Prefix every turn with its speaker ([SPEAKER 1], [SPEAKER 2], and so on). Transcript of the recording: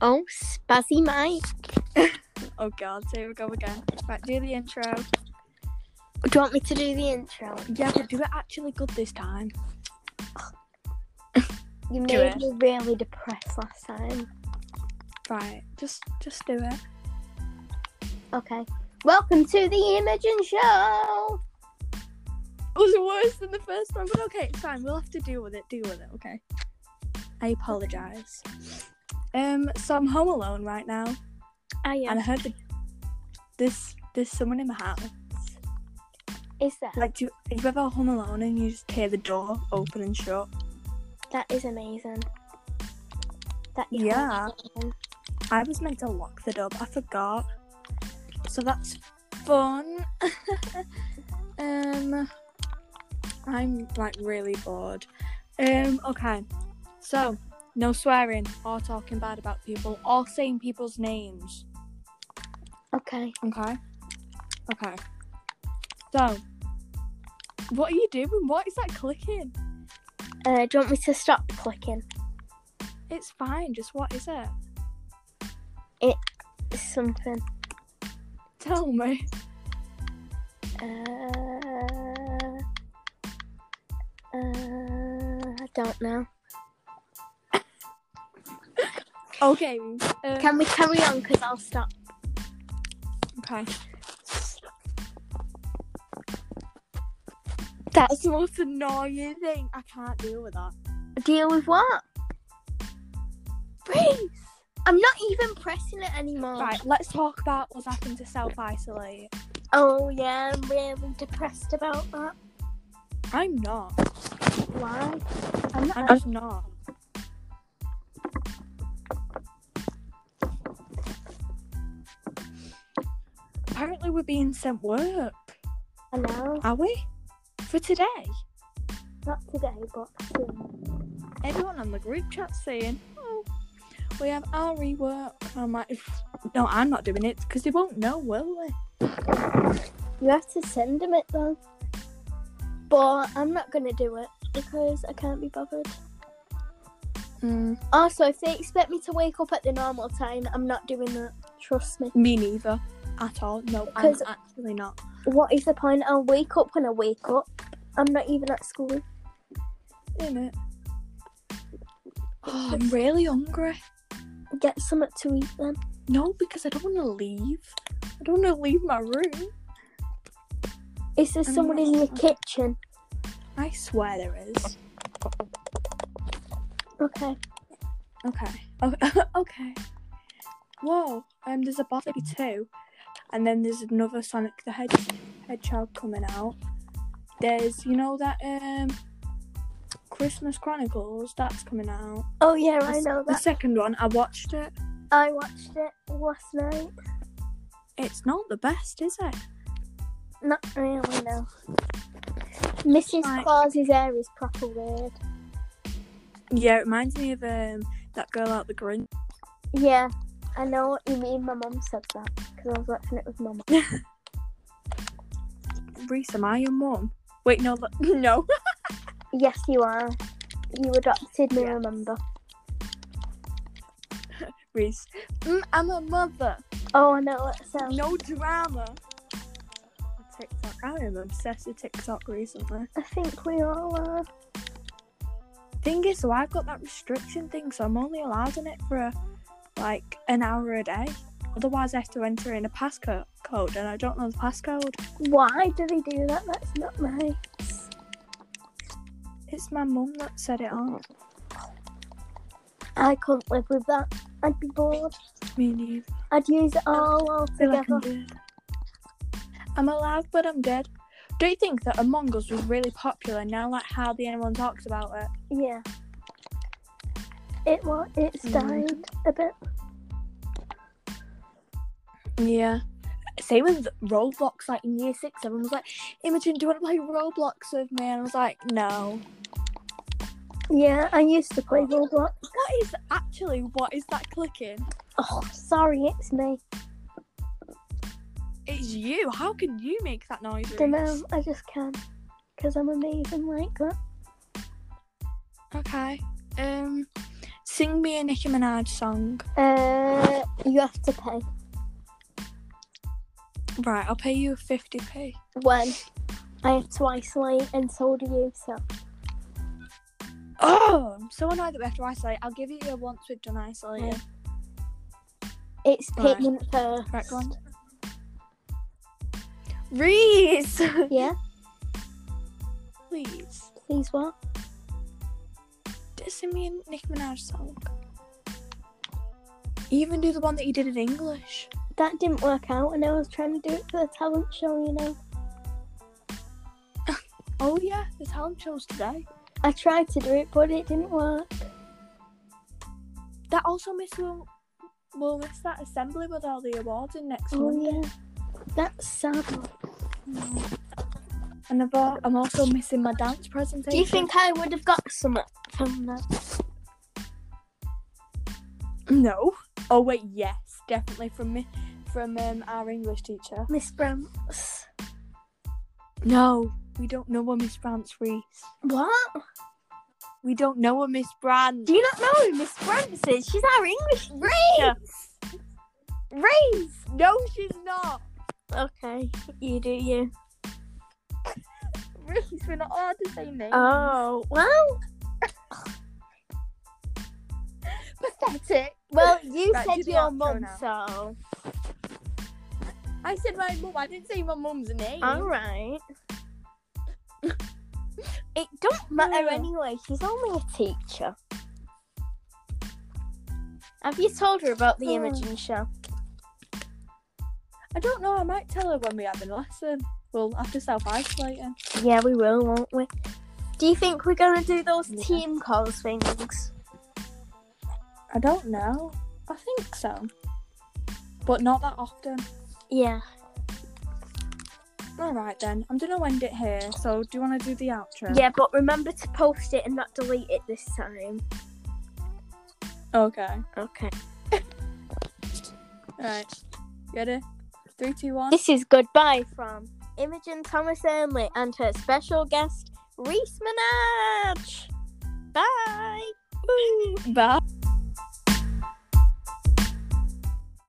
[SPEAKER 1] Oh, Spazzy Mike.
[SPEAKER 2] Oh god, here we go again. Right, do the intro.
[SPEAKER 1] Do you want me to do the intro?
[SPEAKER 2] Yeah, but do it actually good this time.
[SPEAKER 1] You
[SPEAKER 2] Do
[SPEAKER 1] made
[SPEAKER 2] it.
[SPEAKER 1] me really depressed last time.
[SPEAKER 2] Right, just just do it.
[SPEAKER 1] Okay. Welcome to the Imogen Show.
[SPEAKER 2] It was worse than the first one, but okay, it's fine. We'll have to deal with it. Deal with it, okay? I apologise. Um, so I'm home alone right now,
[SPEAKER 1] I
[SPEAKER 2] and I
[SPEAKER 1] am.
[SPEAKER 2] heard the this there's someone in my house.
[SPEAKER 1] Is that?
[SPEAKER 2] Like, do are you ever home alone and you just hear the door open and shut?
[SPEAKER 1] That is amazing. That is
[SPEAKER 2] Yeah.
[SPEAKER 1] amazing.
[SPEAKER 2] I was meant to lock the door, but I forgot. So that's fun. um, I'm like really bored. Um, okay. So, no swearing or talking bad about people or saying people's names.
[SPEAKER 1] Okay.
[SPEAKER 2] Okay. Okay. So, what are you doing? What is that clicking?
[SPEAKER 1] Uh, do you want me to stop clicking?
[SPEAKER 2] It's fine. Just what is it?
[SPEAKER 1] Something.
[SPEAKER 2] Tell me.
[SPEAKER 1] Uh, uh, I don't know.
[SPEAKER 2] Okay. um,
[SPEAKER 1] Can we carry on? Because I'll stop.
[SPEAKER 2] Okay. That's the most annoying thing. I can't deal with that.
[SPEAKER 1] Deal with what? Freeze! I'm not even pressing it anymore.
[SPEAKER 2] Right, let's talk about what's happened to self isolate.
[SPEAKER 1] Oh yeah, I'm really depressed about that.
[SPEAKER 2] I'm not.
[SPEAKER 1] Why? I'm not.
[SPEAKER 2] I'm just not. Apparently, we're being sent work,
[SPEAKER 1] I know.
[SPEAKER 2] are we? For today.
[SPEAKER 1] Not today, but soon.
[SPEAKER 2] everyone on the group chat saying, oh, we have our rework. I'm like, no, I'm not doing it because they won't know, will they?
[SPEAKER 1] You have to send them it though. But I'm not gonna do it because I can't be bothered.
[SPEAKER 2] Mm.
[SPEAKER 1] Also, if they expect me to wake up at the normal time, I'm not doing that. Trust me.
[SPEAKER 2] Me neither. At all. No, I'm
[SPEAKER 1] 'Cause-
[SPEAKER 2] actually not.
[SPEAKER 1] What is the point? I'll wake up when I wake up. I'm not even at school.
[SPEAKER 2] In it. Oh, I'm really hungry.
[SPEAKER 1] Get something to eat then.
[SPEAKER 2] No, because I don't want to leave. I don't want to leave my room.
[SPEAKER 1] Is there someone in your kitchen?
[SPEAKER 2] I swear there is.
[SPEAKER 1] Okay.
[SPEAKER 2] Okay. Okay. okay. Whoa. Um, there's a boss baby too, and then there's another Sonic the Hedge- Hedgehog coming out. There's you know that um Christmas Chronicles that's coming out.
[SPEAKER 1] Oh yeah,
[SPEAKER 2] The
[SPEAKER 1] I
[SPEAKER 2] s-
[SPEAKER 1] know
[SPEAKER 2] The
[SPEAKER 1] that.
[SPEAKER 2] second one I watched it.
[SPEAKER 1] I watched it last night.
[SPEAKER 2] It's not the best, is it?
[SPEAKER 1] Not really, no. Mrs.
[SPEAKER 2] Right.
[SPEAKER 1] Claus's hair is proper weird.
[SPEAKER 2] Yeah, it reminds me of um that girl out the Grinch.
[SPEAKER 1] Yeah, I know what you mean. My mum said that because I was watching it with mum.
[SPEAKER 2] Reese, am I your mum? Wait, no, that- no.
[SPEAKER 1] Yes, you are. You adopted me,
[SPEAKER 2] Yes.
[SPEAKER 1] remember?
[SPEAKER 2] Reese, mm, I'm a mother.
[SPEAKER 1] Oh, I know what it sounds.
[SPEAKER 2] No drama. TikTok. I am obsessed with TikTok recently.
[SPEAKER 1] I think we all are.
[SPEAKER 2] Thing is, so I've got that restriction thing, so I'm only allowed on it for like an hour a day. Otherwise, I have to enter in a passcode, code, and I don't know the passcode.
[SPEAKER 1] Why do they do that? That's not nice.
[SPEAKER 2] It's my mum that said it on.
[SPEAKER 1] I couldn't live with that. I'd be bored.
[SPEAKER 2] Me neither.
[SPEAKER 1] I'd use it all all
[SPEAKER 2] I feel like I'm
[SPEAKER 1] together.
[SPEAKER 2] dead. I'm alive, but I'm dead. Do you think that Among Us was really popular now? Like hardly anyone talks about it.
[SPEAKER 1] Yeah. It was. It's
[SPEAKER 2] Mm.
[SPEAKER 1] died a bit.
[SPEAKER 2] Yeah. Same with Roblox, like in year six, everyone was like, Imogen, do you want to play Roblox with me? And I was like, no.
[SPEAKER 1] Yeah, I used to play Roblox.
[SPEAKER 2] What is actually, what is that clicking?
[SPEAKER 1] Oh, sorry, it's me.
[SPEAKER 2] It's you. How can you make that noise?
[SPEAKER 1] Dunno, I just can. Because I'm amazing like that.
[SPEAKER 2] Okay. Um, Sing me a Nicki Minaj song.
[SPEAKER 1] Uh, you have to pay.
[SPEAKER 2] Right, I'll pay you 50p.
[SPEAKER 1] When I have to isolate, and so do you. So
[SPEAKER 2] Oh, I'm so annoyed that we have to isolate. I'll give you your once we've done isolating.
[SPEAKER 1] it's
[SPEAKER 2] Right.
[SPEAKER 1] payment first.
[SPEAKER 2] Right, go on. Reese!
[SPEAKER 1] Yeah.
[SPEAKER 2] Please.
[SPEAKER 1] Please what?
[SPEAKER 2] Just Sing me a Nicki Minaj song. Even do the one that you did in English.
[SPEAKER 1] That didn't work out, and I was trying to do it for the talent show. You know,
[SPEAKER 2] Oh, yeah, the talent shows today.
[SPEAKER 1] I tried to do it, but it didn't work.
[SPEAKER 2] That also miss will will miss that assembly with all the awards in next
[SPEAKER 1] Oh
[SPEAKER 2] month.
[SPEAKER 1] yeah, that's sad.
[SPEAKER 2] And I've al- I'm also missing my dance presentation.
[SPEAKER 1] Do you think I would have got some from that?
[SPEAKER 2] No. Oh wait, yes, definitely from me, from um, our English teacher.
[SPEAKER 1] Miss Brams?
[SPEAKER 2] No, we don't know a Miss Brance Reese.
[SPEAKER 1] What?
[SPEAKER 2] We don't know a Miss Brance.
[SPEAKER 1] Do you not know who Miss Brams is? She's our English teacher.
[SPEAKER 2] Reese? No, she's not.
[SPEAKER 1] Okay, you do you.
[SPEAKER 2] Reese, we're not allowed to say names.
[SPEAKER 1] Oh well,
[SPEAKER 2] pathetic.
[SPEAKER 1] well you
[SPEAKER 2] Right, do
[SPEAKER 1] said
[SPEAKER 2] the
[SPEAKER 1] your
[SPEAKER 2] outro
[SPEAKER 1] mum,
[SPEAKER 2] now.
[SPEAKER 1] so
[SPEAKER 2] I said my mum. I didn't say my mum's name.
[SPEAKER 1] all right. it don't matter
[SPEAKER 2] No.
[SPEAKER 1] anyway. She's only a teacher. Have you told her about the
[SPEAKER 2] Oh.
[SPEAKER 1] Imogen show?
[SPEAKER 2] I don't know. I might tell her when we have a lesson. Well, after self isolating.
[SPEAKER 1] Yeah, we will, won't we? Do you think we're gonna do those
[SPEAKER 2] Yeah.
[SPEAKER 1] team calls things?
[SPEAKER 2] I don't know. I think so, but not that often.
[SPEAKER 1] Yeah.
[SPEAKER 2] All right then. I'm gonna end it here. So, do you want to do the outro?
[SPEAKER 1] Yeah, but remember to post it and not delete it this time.
[SPEAKER 2] Okay.
[SPEAKER 1] Okay.
[SPEAKER 2] All right. Ready? Three, two, one.
[SPEAKER 1] This is goodbye from Imogen Thomas Earnley and her special guest Reese Minaj. Bye.
[SPEAKER 2] Bye.